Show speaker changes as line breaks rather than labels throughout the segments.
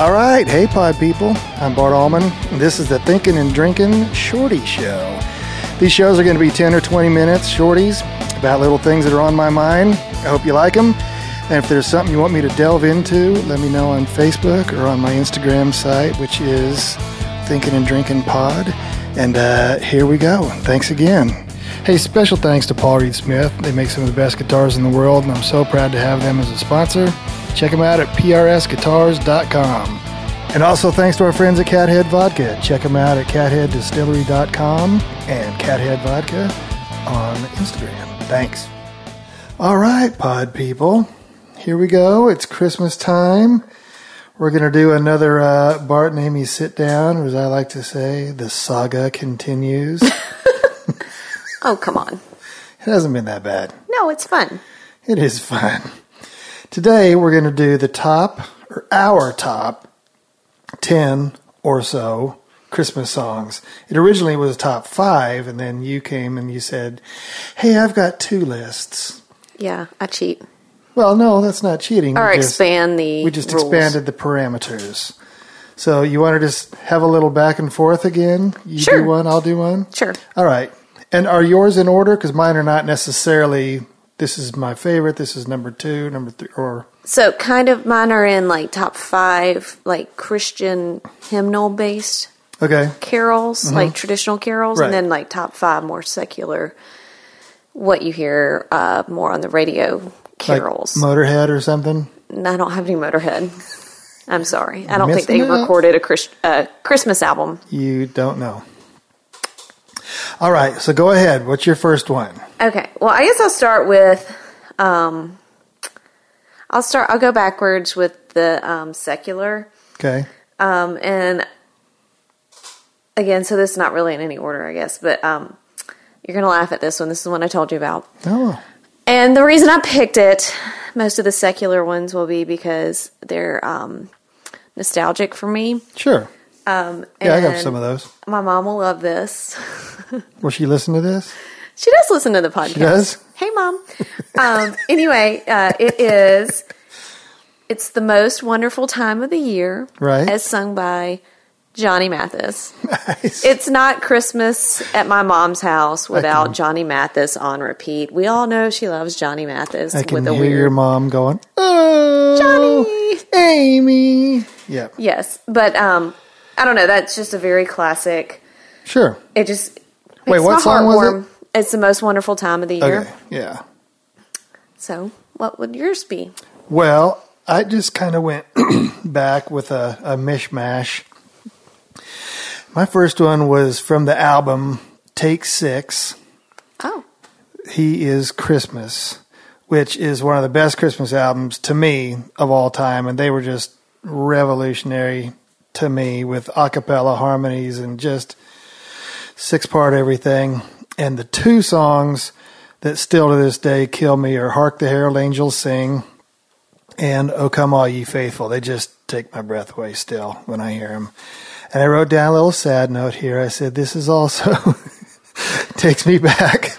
All right, hey pod people, I'm Bart Allman. and This is the Thinking and Drinking Shorty Show. These shows are going to be 10 or 20 minutes, shorties, about little things that are on my mind. I hope you like them. And if there's something you want me to delve into, let me know on Facebook or on my Instagram site, which is Thinking and Drinking Pod. And uh, here we go. Thanks again. Hey, special thanks to Paul Reed Smith. They make some of the best guitars in the world, and I'm so proud to have them as a sponsor. Check them out at prsguitars.com. And also thanks to our friends at Cathead Vodka. Check them out at catheaddistillery.com and Cathead Vodka on Instagram. Thanks. All right, pod people. Here we go. It's Christmas time. We're going to do another uh, Bart and Amy sit down, or as I like to say, the saga continues.
Oh, come on.
It hasn't been that bad.
No, it's fun.
It is fun. Today we're going to do the top or our top 10 or so Christmas songs. It originally was top 5 and then you came and you said, "Hey, I've got two lists."
Yeah, I cheat.
Well, no, that's not cheating.
Or
We just-
expand the.
we just
rules.
expanded the parameters. So you want to just have a little back and forth again? You
Sure.
do one, I'll do one.
Sure.
All right. And are yours in order? Because mine are not necessarily. This is my favorite. This is number two, number three, or
So, kind of mine are in like top five, like Christian hymnal based
okay.
carols, like traditional carols,
Mm-hmm. Right.
and then like top five more secular, what you hear uh, more on the radio
Like
carols.
Motorhead or something.
And I don't have any Motorhead. I'm sorry. I don't think
Missing
they
out.
recorded a Christ- uh, Christmas album.
You don't know. All right. So go ahead. What's your first one?
Okay. Well, I guess I'll start with. Um, I'll start. I'll go backwards with the um, secular,
Okay.
um, and again, so this is not really in any order, I guess. But um, you're gonna laugh at this one. This is one I told you about,
Oh,
and the reason I picked it. Most of the secular ones will be because they're um, nostalgic for me.
sure.
Um,
Yeah, I got
and
some of those.
My mom will love this.
Will she listen to this?
She does listen to the podcast. She
does?
Hey, mom. um, anyway, uh, it is. It's the most wonderful time of the year,
Right.
As sung by Johnny Mathis.
Nice.
It's not Christmas at my mom's house without Johnny Mathis on repeat. We all know she loves Johnny Mathis
I can
with a
hear
weird
your mom going, "Oh,
Johnny!"
Amy." Yeah,
Yes, but um, I don't know. That's just a very classic.
sure.
It just makes
Wait, what
my
song
heart
was
warm. It's the most wonderful time of the year.
Okay, yeah.
So, what would yours be?
Well, I just kind of went back with a, a mishmash. My first one was from the album Take Six.
Oh,
He is Christmas, which is one of the best Christmas albums to me of all time, and they were just revolutionary to me with a cappella harmonies and just six part everything. And the two songs that still to this day kill me are Hark the Herald Angels Sing and Oh Come All Ye Faithful. They just take my breath away still when I hear them. And I wrote down a little sad note here. I said, This is also takes me back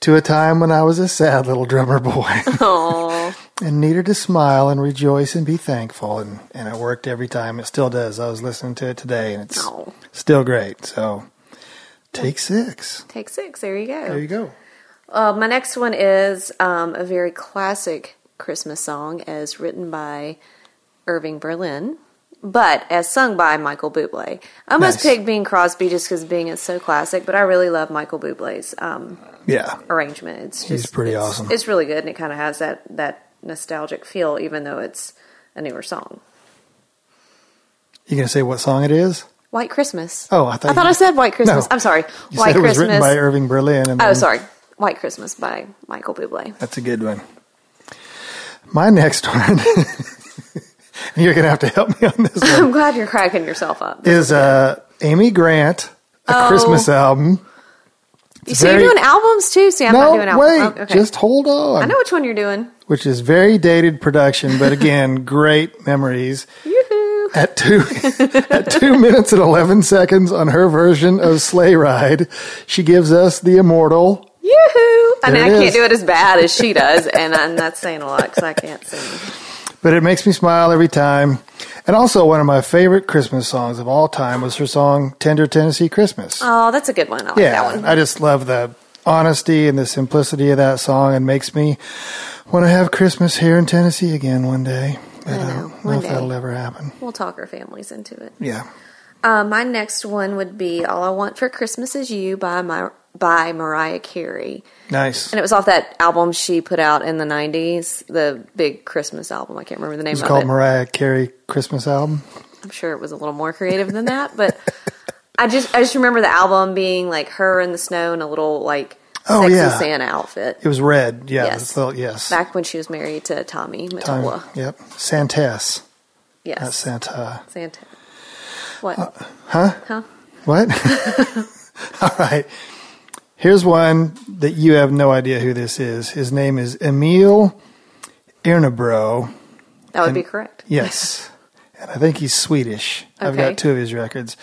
to a time when I was a sad little drummer boy
oh.
and needed to smile and rejoice and be thankful. And, and it worked every time. It still does. I was listening to it today and it's
Oh.
still great. So take six.
Take six. There you go.
There you go.
Uh, my next one is um, a very classic Christmas song, as written by Irving Berlin, but as sung by Michael Bublé. I almost
Nice.
picked Bing Crosby just because Bing is so classic, but I really love Michael Bublé's um,
Yeah.
arrangement. It's just,
He's pretty
it's-
awesome.
It's really good, and it kind of has that that nostalgic feel, even though it's a newer song.
You going to say what song it is?
White Christmas.
Oh, I thought
I thought
you-
I said White Christmas. I'm sorry.
You
White
said it was
Christmas.
written by Irving Berlin. And
oh,
then-
sorry. White Christmas by Michael Bublé.
That's a good one. My next one, and you're going to have to help me on this one,
I'm glad you're cracking yourself up.
is uh, Amy Grant, a
Oh.
Christmas album.
so
very-
you're doing albums too? See, I'm
no,
not doing albums.
wait,
Oh, okay.
just hold on.
I know which one you're doing.
Which is very dated production, but again, great memories.
Yoo-hoo.
At two, at two minutes and 11 seconds on her version of Sleigh Ride, she gives us the immortal.
Yoo-hoo. I
There
mean, I
it
can't
is.
do it as bad as she does, and, and that's saying a lot because I can't sing.
but it makes me smile every time. And also, one of my favorite Christmas songs of all time was her song "Tender Tennessee Christmas."
Oh, that's a good one. I like
yeah,
that one.
I just love the honesty and the simplicity of that song, and makes me want to have Christmas here in Tennessee again one day. But I,
know,
don't know
one
if
day.
that'll ever happen.
We'll talk our families into it.
Yeah,
Uh, my next one would be "All I Want for Christmas Is You" by my by Mariah Carey,
nice.
and it was off that album she put out in the '90s, the big Christmas album. I can't remember the name
It's
of
called
it.
Mariah Carey Christmas album.
I'm sure it was a little more creative than that, but I just I just remember the album being like her in the snow in a little like
Oh,
sexy
yeah.
Santa outfit
It was red. Yeah,
Yes.
it's the- yes.
back when she was married to Tommy
Um,
Mottola.
yep, Santas, not
Yes,
Santa.
Santa. What?
Uh,
huh? Huh?
What? All right. Here's one that you have no idea who this is. His name is Emil Irnebro.
That would be correct.
Yes. and I think he's Swedish. I've
Okay.
got two of his records.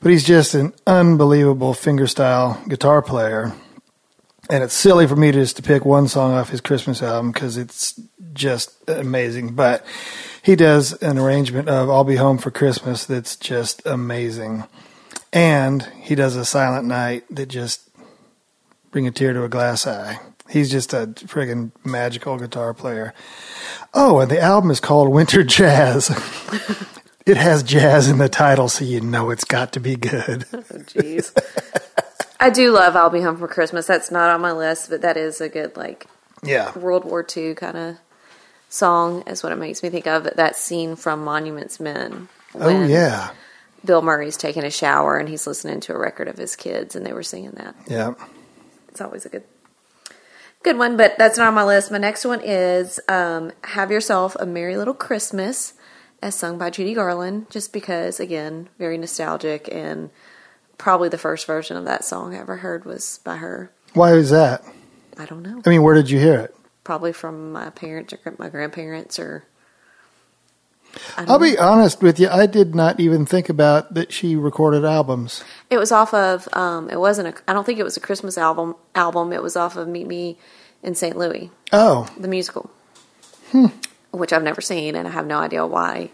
But he's just an unbelievable fingerstyle guitar player. And it's silly for me to just to pick one song off his Christmas album because it's just amazing. But he does an arrangement of I'll Be Home for Christmas that's just amazing. And he does a silent night that just bring a tear to a glass eye. He's just a friggin' magical guitar player. Oh, and the album is called Winter Jazz. it has jazz in the title, so you know it's got to be good.
Oh, Jeez. I do love "I'll Be Home for Christmas." That's not on my list, but that is a good like
Yeah.
World War II kind of song. Is what it makes me think of that scene from Monuments Men.
Oh,
when
yeah.
Bill Murray's taking a shower and he's listening to a record of his kids, and they were singing that.
Yeah.
It's always a good, good one. But that's not on my list. My next one is um, "Have Yourself a Merry Little Christmas," as sung by Judy Garland. Just because, again, very nostalgic, and probably the first version of that song I ever heard was by her.
Why is that?
I don't know,
I mean, where did you hear it?
probably from my parents or my grandparents or. I don't
I'll
know.
be honest with you. I did not even think about that she recorded albums.
It was off of. Um, it wasn't a. I don't think it was a Christmas album. Album. It was off of Meet Me in St. Louis,
Oh,
the musical,
Hmm.
which I've never seen, and I have no idea why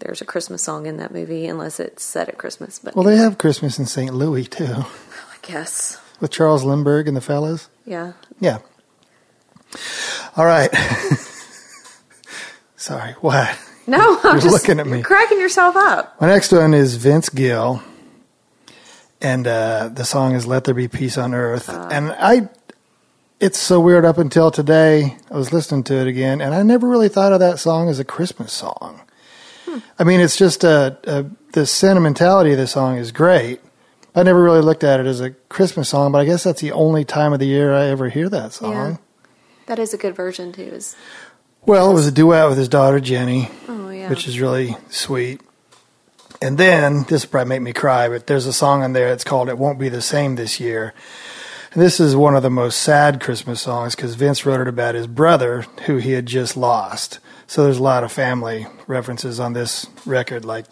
there's a Christmas song in that movie unless it's set at Christmas. But
well, they have Christmas in St. Louis, too,
I guess,
with Charles Lindbergh and the fellas.
yeah.
Yeah. All right. Sorry. What?
No, I'm
You're
just
looking at me.
you're cracking yourself up.
My next one is Vince Gill, and uh, the song is "Let There Be Peace on Earth." and I, it's so weird. Up until today, I was listening to it again, and I never really thought of that song as a Christmas song. I mean, it's just a, a the sentimentality of the song is great. I never really looked at it as a Christmas song, but I guess that's the only time of the year I ever hear that song.
Yeah. That is a good version too. Is
Well, it was a duet with his daughter Jenny
oh yeah.
which is really sweet. And then this will probably make me cry, but there's a song on there. It's called "It Won't Be the Same This Year." And this is one of the most sad Christmas songs because Vince wrote it about his brother who he had just lost. So there's a lot of family references on this record, like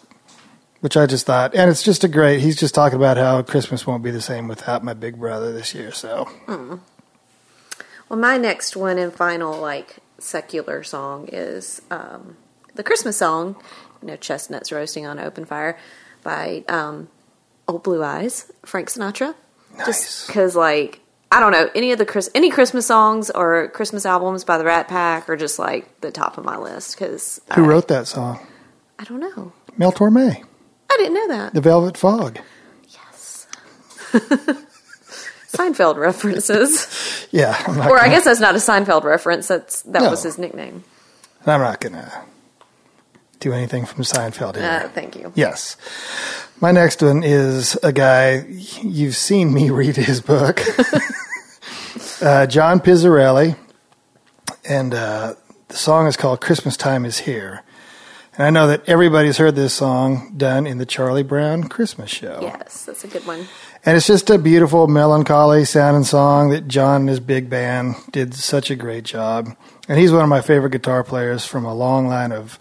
which I just thought, and it's just a great. He's just talking about how Christmas won't be the same without my big brother this year. So
Well, my next one and final, like, secular song is um, the Christmas song, you know, Chestnuts Roasting on Open Fire by um, Old Blue Eyes, Frank Sinatra. Just
Nice.
because, like, I don't know, any of the Chris- any Christmas songs or Christmas albums by the Rat Pack are just, like, the top of my list because
who wrote that song?
I don't know.
Mel Torme,
I didn't know that.
The Velvet Fog.
Seinfeld references.
Yeah, I'm not
or I
gonna-
guess that's not a Seinfeld reference. That's That
No.
was his nickname.
I'm not gonna do anything from Seinfeld here.
Uh, thank you.
Yes. My next one is a guy you've seen me read his book, uh, John Pizzarelli, and uh, the song is called "Christmas Time Is Here." And I know that everybody's heard this song done in the Charlie Brown Christmas show.
Yes, that's a good one.
And it's just a beautiful, melancholy sounding song that John and his big band did such a great job. And he's one of my favorite guitar players from a long line of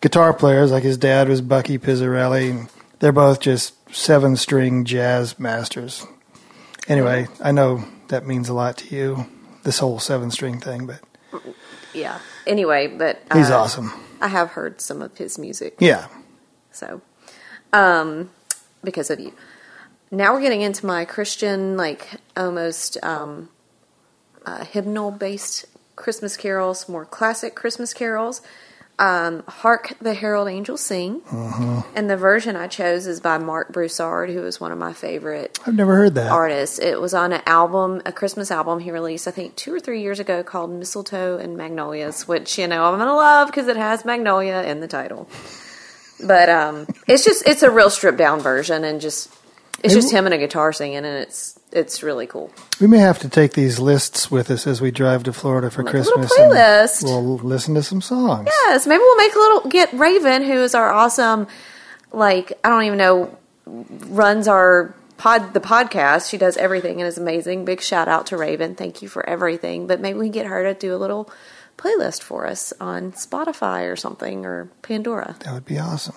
guitar players. Like his dad was Bucky Pizzarelli. And they're both just seven string jazz masters. Anyway, I know that means a lot to you, this whole seven string thing, but
yeah. Anyway, but uh,
He's awesome.
I have heard some of his music,
Yeah.
so um, because of you. Now we're getting into my Christian, like almost um, uh, hymnal based Christmas carols, more classic Christmas carols. Um, Hark the Herald Angels Sing. And the version I chose is by Mark Broussard, who is one of my favorite
I've never heard that.
artist. It was on an album, a Christmas album he released, I think, two or three years ago called Mistletoe and Magnolias, which, you know, I'm going to love because it has Magnolia in the title. But um, it's just, it's a real stripped down version and just, it's just him and a guitar singing and it's, it's really cool.
We may have to take these lists with us as we drive to Florida for
Like a little
Christmas. and
playlist.
We'll listen to some songs.
Yes, maybe we'll make a little, get Raven, who is our awesome, like, I don't even know, runs our pod, the podcast. She does everything and is amazing. Big shout out to Raven. Thank you for everything. But maybe we can get her to do a little playlist for us on Spotify or something or Pandora.
That would be awesome.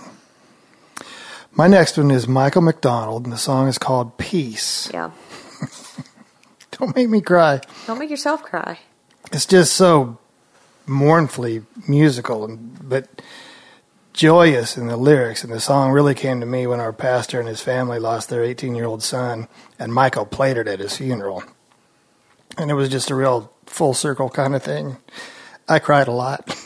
My next one is Michael McDonald, and the song is called Peace.
Yeah.
Don't make me cry.
Don't make yourself cry.
It's just so mournfully musical, and, but joyous in the lyrics. And the song really came to me when our pastor and his family lost their 18 year old son, and Michael played it at his funeral. And it was just a real full circle kind of thing. I cried a lot.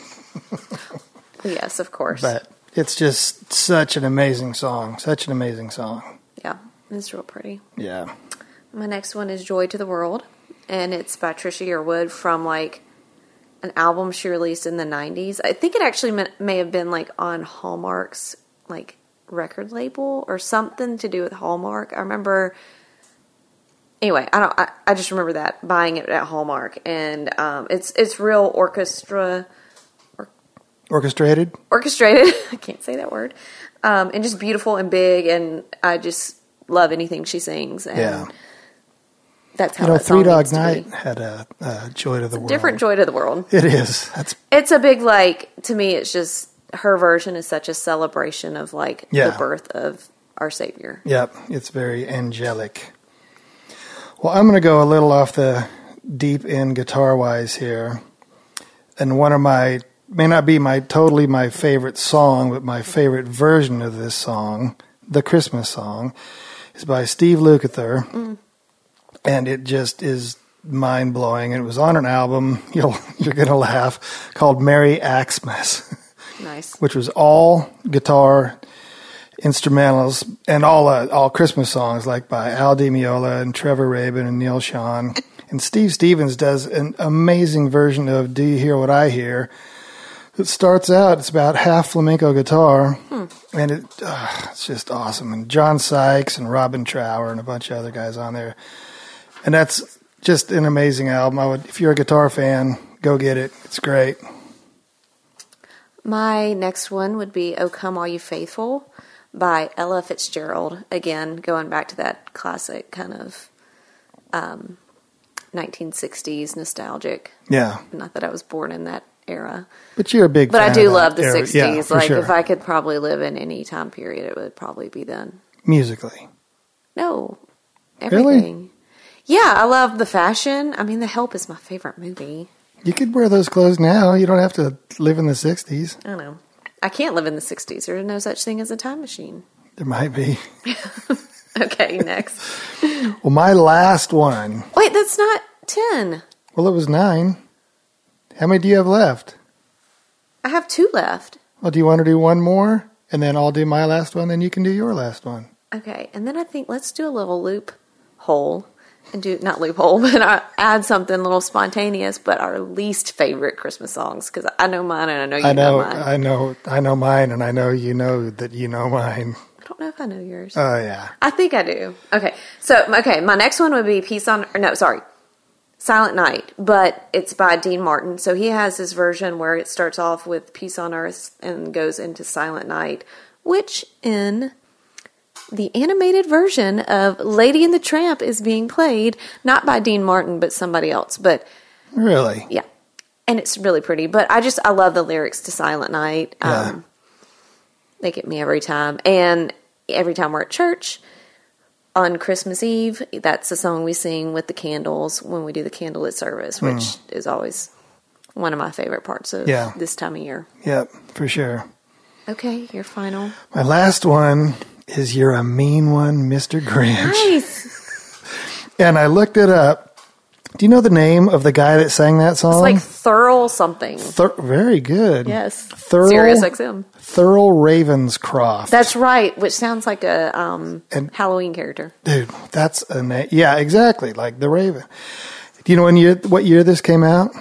Yes, of course.
but it's just such an amazing song. Such an amazing song.
yeah, it's real pretty.
Yeah.
My next one is Joy to the World, and it's by Trisha Yearwood from like an album she released in the 90s. I think it actually may, may have been like on Hallmark's like record label or something to do with Hallmark. I remember anyway, I don't I, I just remember that buying it at Hallmark and um it's it's real orchestra
Orchestrated?
orchestrated. I can't say that word. Um, and just beautiful and big, and I just love anything she sings. And
Yeah.
that's how
You know,
that song
Three Dog
needs to
Night
be.
had a, a Joy to the World.
different joy to the world.
It is. That's
It's a big like to me. It's just her version is such a celebration of like
Yeah.
the birth of our Savior.
Yep, it's very angelic. Well, I'm going to go a little off the deep end guitar wise here. And one of my, may not be my totally my favorite song, but my favorite version of this song, the Christmas song, is by Steve Lukather. And it just is mind blowing. It was on an album, you'll, you're going to laugh, called Merry Axmas
Nice.
which was all guitar instrumentals and all uh, all Christmas songs, like by Al Di Meola and Trevor Rabin and Neil Sean. And Steve Stevens does an amazing version of "Do You Hear What I Hear." It starts out; it's about half flamenco guitar, and it uh, it's just awesome. And John Sykes and Robin Trower and a bunch of other guys on there, and that's just an amazing album. I would, if you're a guitar fan, go get it. It's great.
My next one would be "O Come All You Faithful" by Ella Fitzgerald. Again, going back to that classic kind of um, 1960s nostalgic.
Yeah,
Not that I was born in that era.
But you're a big.
But
fan
I do
of that
love the
era.
60s.
Yeah, for
like,
sure.
if I could probably live in any time period, it would probably be then.
musically,
No,
Really?
everything. Yeah, I love the fashion. I mean, The Help is my favorite movie.
you could wear those clothes now. You don't have to live in the '60s.
I don't know. I can't live in the 60s. There's no such thing as a time machine.
There might be.
Okay, next.
Well, my last one.
Wait, that's not 10.
Well, it was nine. How many do you have left?
I have two left.
Well, do you want to do one more, and then I'll do my last one, and you can do your last one.
Okay, and then I think let's do a little loop hole and do not loophole, but I add something a little spontaneous, but our least favorite Christmas songs because I know mine and I know you
I
know,
know,
mine.
I know, I know mine, and I know you know that you know mine.
I don't know if I know yours.
Oh yeah,
I think I do. Okay. So, okay, my next one would be Peace on, or no, sorry, Silent Night, but it's by Dean Martin. So he has his version where it starts off with Peace on Earth and goes into Silent Night, which in the animated version of Lady and the Tramp is being played not by Dean Martin, but somebody else. But
really?
yeah. And it's really pretty. But I just I love the lyrics to Silent Night. Um they get me every time. And every time we're at church on Christmas Eve, that's the song we sing with the candles when we do the candlelit service, which is always one of my favorite parts of
Hmm. Yeah.
this time of year.
Yep, for sure.
Okay, your final.
My last one is You're a Mean One, Mr. Grinch.
Nice.
And I looked it up. Do you know the name of the guy that sang that song?
It's like thorough something.
Thur- very good.
Yes.
Thorough,
Sirius XM.
Thurl Ravenscroft.
That's right, which sounds like a um,
And-
Halloween character.
Dude, that's a name. Yeah, exactly. Like the Raven. Do you know when year, what year this came out?
I'm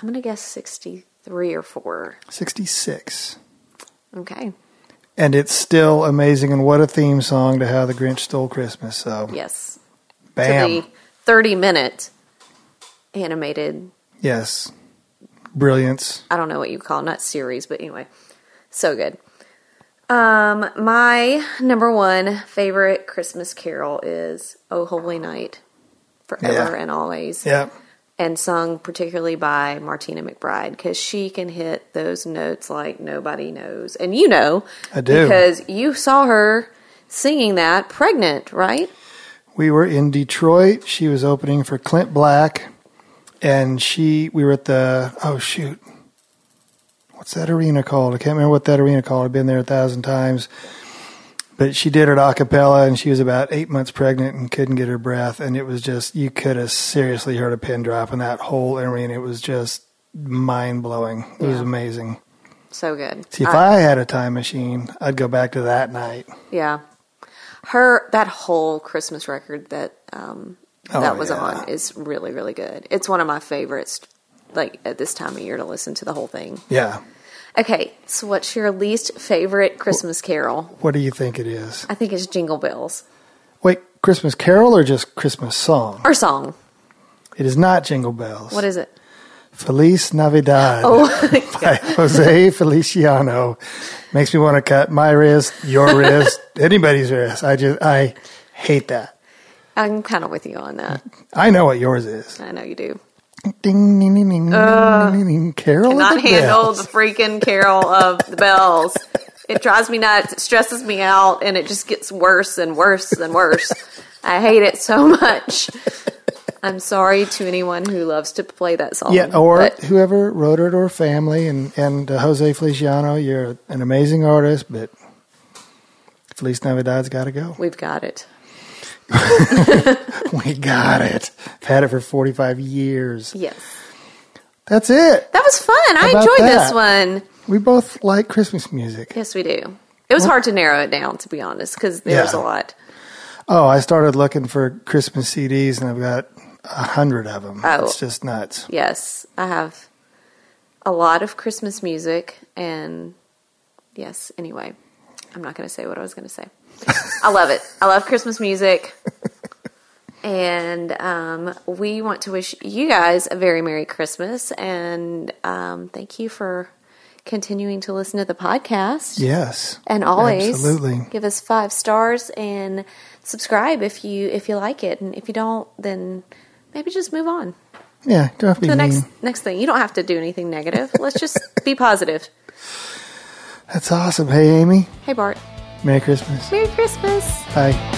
going to guess 63 or 4.
66.
Okay.
And it's still amazing. And what a theme song to How the Grinch Stole Christmas. So,
Yes.
bam.
To the 30 minute animated,
Yes. Brilliance.
I don't know what you call it, not series, but anyway. So good. Um, my number one favorite Christmas carol is Oh Holy Night, forever
Yeah.
and always.
Yep.
and sung particularly by Martina McBride because she can hit those notes like nobody knows. And you know,
I do.
because you saw her singing that pregnant, right?
We were in Detroit. She was opening for Clint Black, and she we were at the oh shoot, what's that arena called? I can't remember what that arena called. I've been there a thousand times, but she did it a cappella, and she was about eight months pregnant and couldn't get her breath, and it was just you could have seriously heard a pin drop in that whole arena. It was just mind blowing. It was
Yeah.
amazing.
So good.
See, if
I-
I had a time machine, I'd go back to that night.
yeah, her that whole Christmas record that um,
Oh,
that was
yeah.
on is really really good. It's one of my favorites. Like at this time of year to listen to the whole thing.
Yeah.
Okay, so what's your least favorite Christmas carol?
What do you think it is?
I think it's Jingle Bells
Wait, Christmas Carol or just Christmas song?
or song.
It is not Jingle Bells.
What is it?
Feliz Navidad
Oh,
by Jose Feliciano. Makes me want to cut my wrist, your wrist, anybody's wrist. I just I hate that.
I'm kind of with you on that.
I know what yours is.
I know you do.
Ding, ding, ding, ding, ding, ding, ding. Carol of
Not
the
Uh, handle
bells.
the freaking carol of the bells. It drives me nuts. It stresses me out, and it just gets worse and worse and worse. I hate it so much. I'm sorry to anyone who loves to play that song.
Yeah, or
but
whoever wrote it or family. And, and uh, Jose Feliciano, you're an amazing artist, but Feliz Navidad's got to go.
we've got it.
We got it. I've had it for 45 years.
Yes,
That's it.
that was fun. I
How about
enjoyed this
that?
one.
We both like Christmas music.
Yes, we do. It was hard to narrow it down, to be honest, because there's
Yeah.
a lot.
Oh, I started looking for Christmas CDs and I've got a hundred of them.
Oh.
It's just nuts.
Yes, I have a lot of Christmas music, and yes, anyway, I'm not going to say what I was going to say. I love it. I love Christmas music. And um, we want to wish you guys a very Merry Christmas and um, thank you for continuing to listen to the podcast.
Yes.
And always
Absolutely.
give us five stars and subscribe if you if you like it. And if you don't, then maybe just move on
Yeah. Don't have to be
the
mean.
next next thing. You don't have to do anything negative. Let's just be positive.
That's awesome. Hey, Amy.
Hey Bart,
Merry Christmas.
Merry Christmas.
Bye.